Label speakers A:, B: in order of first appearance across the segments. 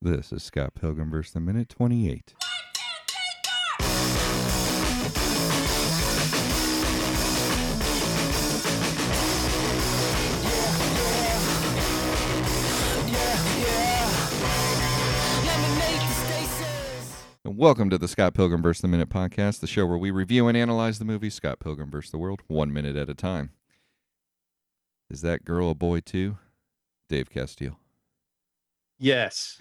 A: This is Scott Pilgrim versus the Minute 28. And welcome to the Scott Pilgrim versus the Minute podcast, the show where we review and analyze the movie Scott Pilgrim versus the World one minute at a time. Is that girl a boy too? Dave Castile.
B: Yes.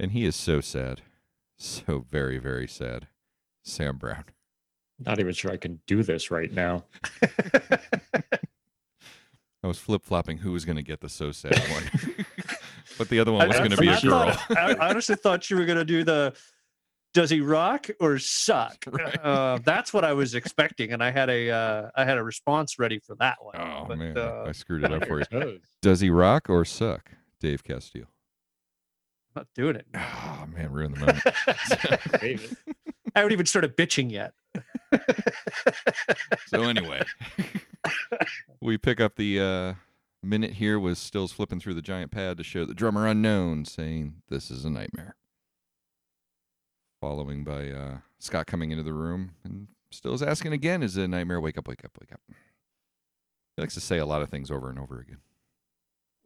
A: And he is so sad. So very, very sad. Sam Brown.
C: Not even sure I can do this right now.
A: I was flip flopping who was going to get the so sad one, but the other one was
B: I-
A: going to
B: I-
A: be
B: I
A: a girl.
B: thought- I I honestly thought you were going to do the does he rock or suck?
A: Right.
B: Uh, that's what I was expecting, and I had a uh, I had a response ready for that one.
A: Oh
B: But,
A: man, I-
B: uh,
A: I screwed it up for you.
C: Toes.
A: Does he rock or suck, Dave Castillo?
B: I'm not doing it.
A: Oh man, ruined the moment.
B: I
C: David.
B: haven't even started bitching yet.
A: so anyway, we pick up the uh, minute here was Stills flipping through the giant pad to show the drummer unknown, saying this is a nightmare. Following by uh, Scott coming into the room and Stills asking again, "Is it a nightmare? Wake up! Wake up! Wake up!" He likes to say a lot of things over and over again.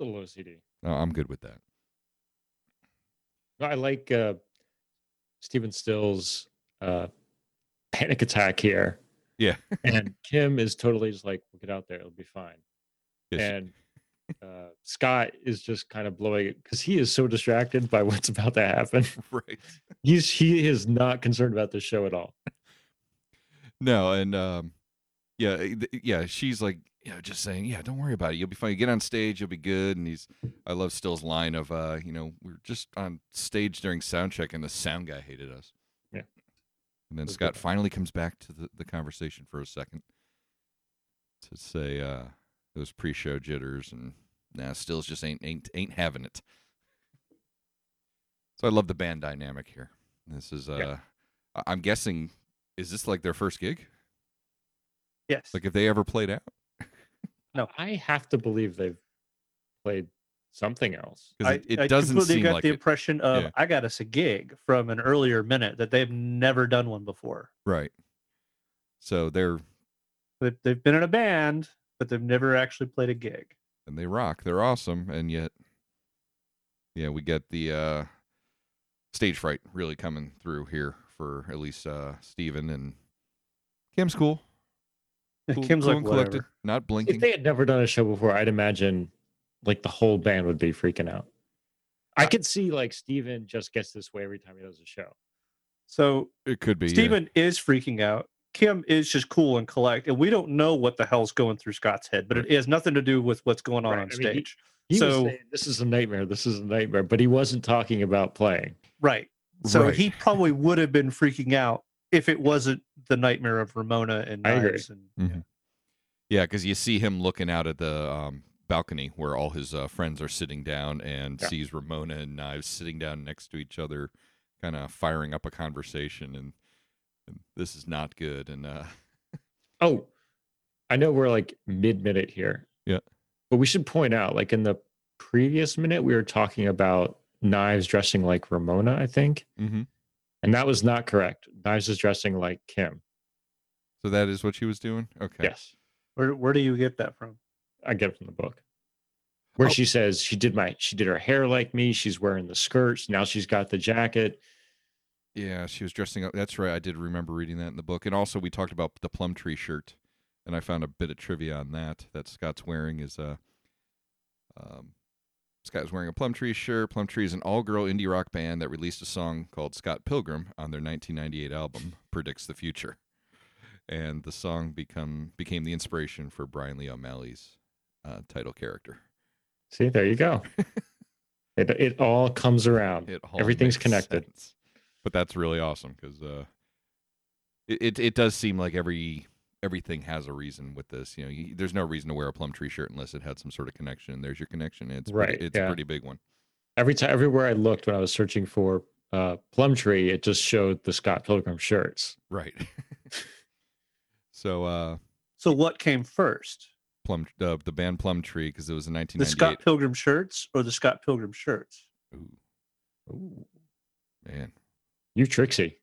C: Little OCD.
A: No, I'm good with that.
C: No, I like uh, Steven Still's uh, panic attack here.
A: Yeah.
C: and Kim is totally just like, we'll get out there. It'll be fine.
A: Yes.
C: And uh, Scott is just kind of blowing it because he is so distracted by what's about to happen.
A: right.
C: He's he is not concerned about this show at all.
A: No, and um, yeah, eh, th- yeah, she's like, you know, just saying, yeah, don't worry about it. You'll be fine. You get on stage, you'll be good. And he's, I love Still's line of, uh, you know, we were just on stage during sound check, and the sound guy hated us.
C: Yeah.
A: And then
C: That's
A: Scott
C: good.
A: finally comes back to the, the conversation for a second to say uh, those pre-show jitters and nah, Stills just ain't ain't ain't having it. So I love the band dynamic here. This is uh,
C: Yeah.
A: I- I'm guessing is this like their first gig?
B: Yes.
A: Like if they ever played out?
B: No.
C: I have to believe they've played something else.
A: Because it, it
B: I
A: doesn't
B: completely
A: seem
B: got
A: like
B: the
A: it.
B: impression of
A: Yeah.
B: I got us a gig from an earlier minute that they've never done one before.
A: right. So they're
B: They've, they've been in a band, but they've never actually played a gig.
A: and they rock. They're awesome, and yet, yeah, we get the uh, stage fright really coming through here for at least uh, Steven and Kim's cool. cool
B: Kim's
A: cool
B: like
A: and
B: whatever.
A: collected, not
C: If
A: blinking.
C: they had never done a show before, I'd imagine like the whole band would be freaking out. I could see like Steven just gets this way every time he does a show.
B: So
A: It could be yeah.
B: Steven is freaking out. Kim is just cool and collect, and we don't know what the hell's going through Scott's head, but it has nothing to do with what's going on
C: Right,
B: on
C: I mean, he-
B: stage.
C: He was
B: So-
C: saying, this is a nightmare. This is a nightmare. But he wasn't talking about playing.
B: right. So
A: Right.
B: he probably would have been freaking out if it wasn't the nightmare of Ramona and
C: I agree.
B: Knives and
A: Mhm. Yeah, because you see him looking out at the um, balcony where all his uh, friends are sitting down and
C: Yeah.
A: sees Ramona and Knives sitting down next to each other, kind of firing up a conversation. And, and this is not good. And uh,
C: Oh, I know we're like mid minute here.
A: Yeah.
C: But we should point out, like in the previous minute, we were talking about knives dressing like Ramona, I think.
A: mhm.
C: And that was not correct. Knives is dressing like Kim.
A: so that is what she was doing? Okay.
C: Yes.
B: where where do you get that from?
C: I get it from the book. Where
A: Oh.
C: she says she did my she did her hair like me, she's wearing the skirts, now she's got the jacket.
A: Yeah, she was dressing up. That's right. I did remember reading that in the book. And also, we talked about the plum tree shirt, and I found a bit of trivia on that that Scott's wearing is uh, um, Scott's wearing a plum tree shirt. Plum tree is an all-girl indie rock band that released a song called Scott Pilgrim on their 1998 album Predicts the Future, and the song become became the inspiration for Brian Lee O'Malley's uh, title character.
C: See, there you go. it it all comes around.
A: it all
C: Everything's
A: makes
C: connected.
A: sense. But that's really awesome because uh, it, it it does seem like every everything has a reason with this. You know, you, there's no reason to wear a plum tree shirt unless it had some sort of connection. There's your connection. It's
C: Right,
A: Pretty, it's a
C: yeah.
A: pretty big one.
C: Every time everywhere I looked when I was searching for uh plum tree, it just showed the Scott Pilgrim shirts.
A: Right. so uh,
B: So what came first?
A: plum uh, the band Plum Tree because it was in
B: The
A: 1998.
B: Scott Pilgrim shirts or the Scott Pilgrim shirts?
A: Ooh,
C: Ooh,
A: man.
C: you tricksy.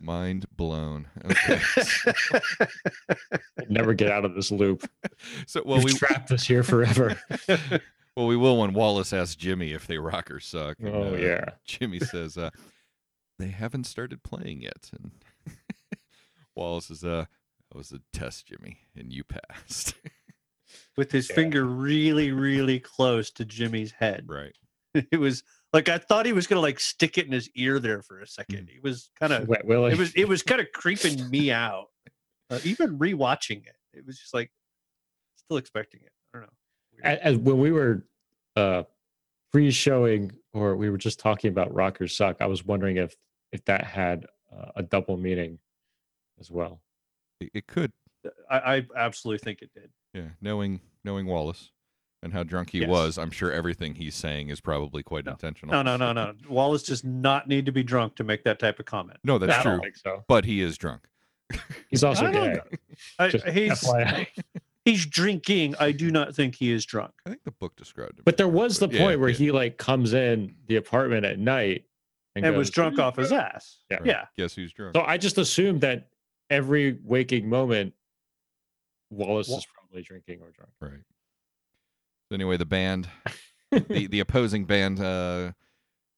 A: Mind blown. Okay.
C: We'll never get out of this loop.
A: so
C: Well,
A: well
C: we
A: we
C: trapped us here forever.
A: well we will when Wallace asks Jimmy if they rock or suck. and,
C: oh
A: uh,
C: yeah.
A: Jimmy says, uh, "They haven't started playing yet." And Wallace is, "Uh, that was a test, Jimmy, and you passed."
B: With his
C: Yeah.
B: finger really, really close to Jimmy's head.
A: right.
B: It was like I thought he was gonna like stick it in his ear there for a
C: Mm.
B: second. It was kind of
C: Wet Willie.
B: it was it was kind of creeping me out. Uh, even rewatching it, it was just like still expecting it. I don't know. Weird.
C: A- as when we were uh pre-showing or we were just talking about rocker suck i was wondering if if that had uh, a double meaning as well
A: It, it could.
B: I, I absolutely think it did.
A: Yeah. Knowing knowing Wallace and how drunk he
B: Yes.
A: was, I'm sure everything he's saying is probably quite intentional.
B: No, no, no, no. Wallace does not need to be drunk to make that type of comment.
A: No, that's
C: i
A: true.
C: don't think so
A: But he is drunk.
C: he's also
B: I don't
C: gay
B: I,
C: Just
B: he's
C: FYI.
B: he's drinking. I do not think he is drunk.
A: I think the book described him.
C: but there was the
A: Yeah,
C: point where
A: yeah.
C: he like comes in the apartment at night and,
B: And was
C: goes,
B: drunk off his ass.
C: Yeah.
B: yeah.
A: guess who's drunk?
C: so i just assumed that every waking moment wallace
B: Wa-
C: is probably drinking or drunk
A: Right. So anyway, the band, the the opposing band uh,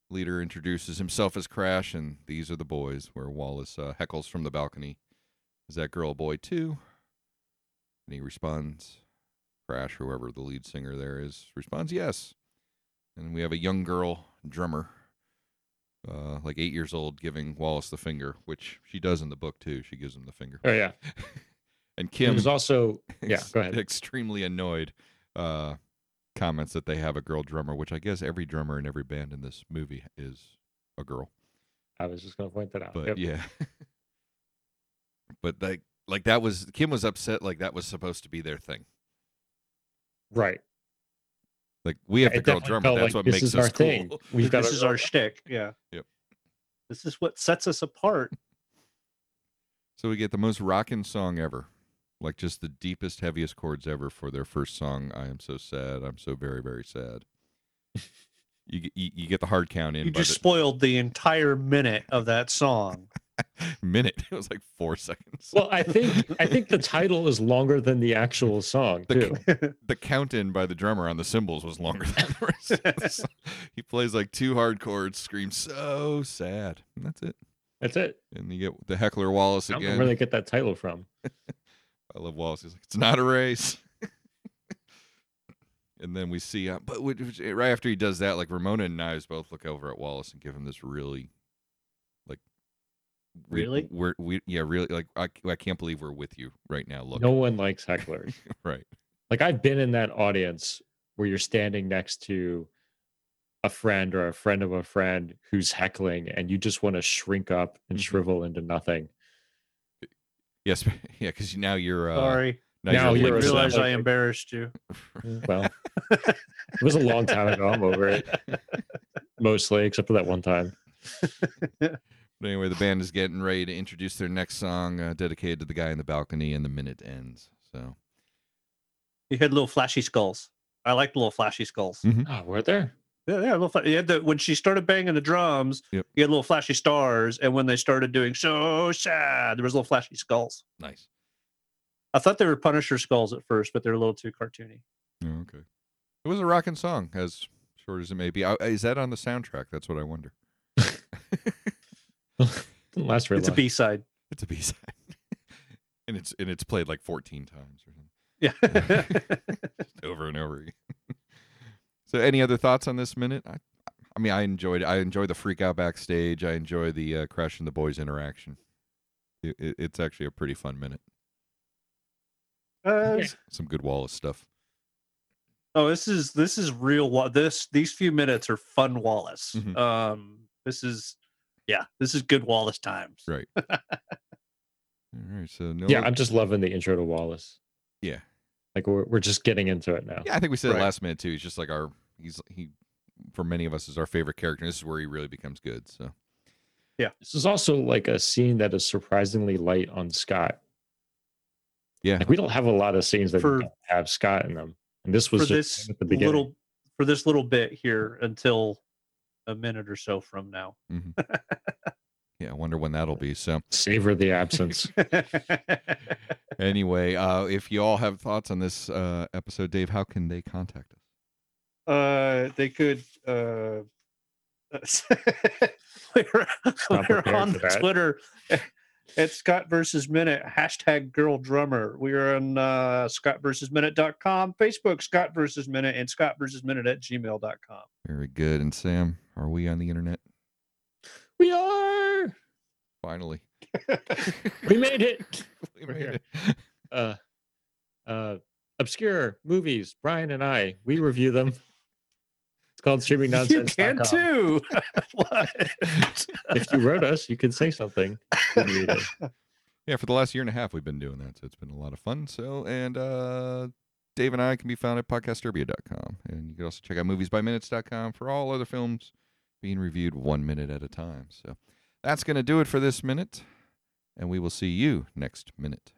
A: leader introduces himself as Crash, and these are the boys. Where Wallace uh, heckles from the balcony, "Is that girl a boy too?" And he responds, Crash, whoever the lead singer there is, responds, "Yes." And we have a young girl drummer, uh, like eight years old, giving Wallace the finger, which she does in the book too. She gives him the finger.
C: oh yeah
A: And
C: He
A: Kim
C: was also yeah
A: ex-
C: go ahead
A: Extremely annoyed uh, comments that they have a girl drummer, which I guess every drummer in every band in this movie is a girl.
C: i was just going to point that out
A: But
C: Uh, Yep.
A: yeah, but like like that was Kim was upset. Like that was supposed to be their thing.
C: right
A: Like we have
C: It
A: the girl
C: definitely
A: drummer.
C: felt
A: That's
C: like
A: what makes us cool.
C: We've got
B: this is our shtick. Yeah.
A: Yep.
B: This is what sets us apart.
A: So we get the most rockin' song ever. Like just the deepest, heaviest chords ever for their first song. I am so sad. I'm so very, very sad. You, get- you, you get the hard count in.
B: You
A: by
B: just
A: the-
B: spoiled the entire minute of that song.
A: minute. It was like four seconds.
C: Well, I think I think the title is longer than the actual song
A: The
C: too.
A: the count in by the drummer on the cymbals was longer than the rest. Of the song. He plays like two hard chords, screams so sad, and that's it.
C: That's it.
A: And you get the heckler Wallace
C: I don't
A: again.
C: know where they get that title from.
A: I love Wallace. He's like, it's not a race. and then we see, uh, but which, which- right after he does that, like Ramona and Knives both look over at Wallace and give him this really, like, we-
B: Really?
A: we're we yeah really like I, I can't believe we're with you right now. Look,
C: No one likes hecklers.
A: right,
C: Like I've been in that audience where you're standing next to a friend or a friend of a friend who's heckling, and you just want to shrink up and
A: Mhm.
C: shrivel into nothing.
A: yes, yeah, because now you're uh,
B: Sorry.
C: Now
B: I
C: you're
A: linked
C: a
A: to them.
B: realize
C: sub-
B: I embarrassed you.
C: Well, it was a long time ago. I'm over it. Mostly, except for that one time.
A: But anyway, the band is getting ready to introduce their next song uh, dedicated to the guy in the balcony, and the minute ends. So
B: He had little flashy skulls. I like the little flashy skulls.
A: Mm.
C: Oh, were there?
B: Yeah, yeah, little fla- you had the, when she started banging the drums,
A: Yep.
B: you had little flashy stars, and when they started doing so sad, there was little flashy skulls.
A: nice.
B: I thought they were Punisher skulls at first, but they're a little too cartoony.
A: Oh, okay. It was a rocking song, as short as it may be. I, is that on the soundtrack? That's what I wonder.
C: Didn't last very
B: it's
C: long.
B: a B side.
A: It's a B side, and it's and it's played like fourteen times or something,
B: Yeah.
A: Just over and over again. so, any other thoughts on this minute? I, I mean, I enjoyed. I enjoy the freak out backstage. I enjoy the uh, Crash and the boys interaction. It, it, it's actually a pretty fun minute.
B: Uh,
A: Some good Wallace stuff.
B: Oh, this is this is real. Wa- This these few minutes are fun, Wallace.
C: Mm-hmm.
A: Mhm.
B: Um, this is, yeah, this is good Wallace times.
A: Right. All right, so no.
C: Yeah, I'm just loving the intro to Wallace.
A: yeah,
C: Like we're we're just getting into it now.
A: yeah. I think we said it
B: Right.
A: last minute too. He's just like our. He's he, for many of us, is our favorite character. and This is where he really becomes good. So
C: This is also like a scene that is surprisingly light on Scott.
A: yeah,
C: Like we don't have a lot of scenes that
B: For-
C: don't have Scott in them. And this was
B: for
C: just
B: this
C: at the beginning.
B: little for this little bit here until a minute or so from now.
A: Yeah, I wonder when that'll be. So
C: Savor the absence.
A: anyway, uh, if you all have thoughts on this uh, episode, Dave, how can they contact us?
B: uh, they could. Uh, we're we're
C: prepared
B: on
C: for that.
B: Twitter at Scott versus Minute hashtag Girl Drummer. We are on uh, Scott versus Minute.com, Facebook Scott versus Minute, and Scott versus Minute at gmail.com.
A: Very good. And Sam, are we on the internet?
C: we are.
A: Finally,
C: We made it.
A: We
C: We're
A: made
C: here.
A: it.
C: Uh, uh, obscure movies. Brian and I we review them. It's called streaming
B: you
C: nonsense.
B: can too. What?
C: If you wrote us, you could say something. We'd read it.
A: Yeah, for the last year and a half, we've been doing that, so it's been a lot of fun. So, and uh, Dave and I can be found at podcasturbia.com. And you can also check out moviesbyminutes.com for all other films being reviewed one minute at a time. So, that's going to do it for this minute, and we will see you next minute.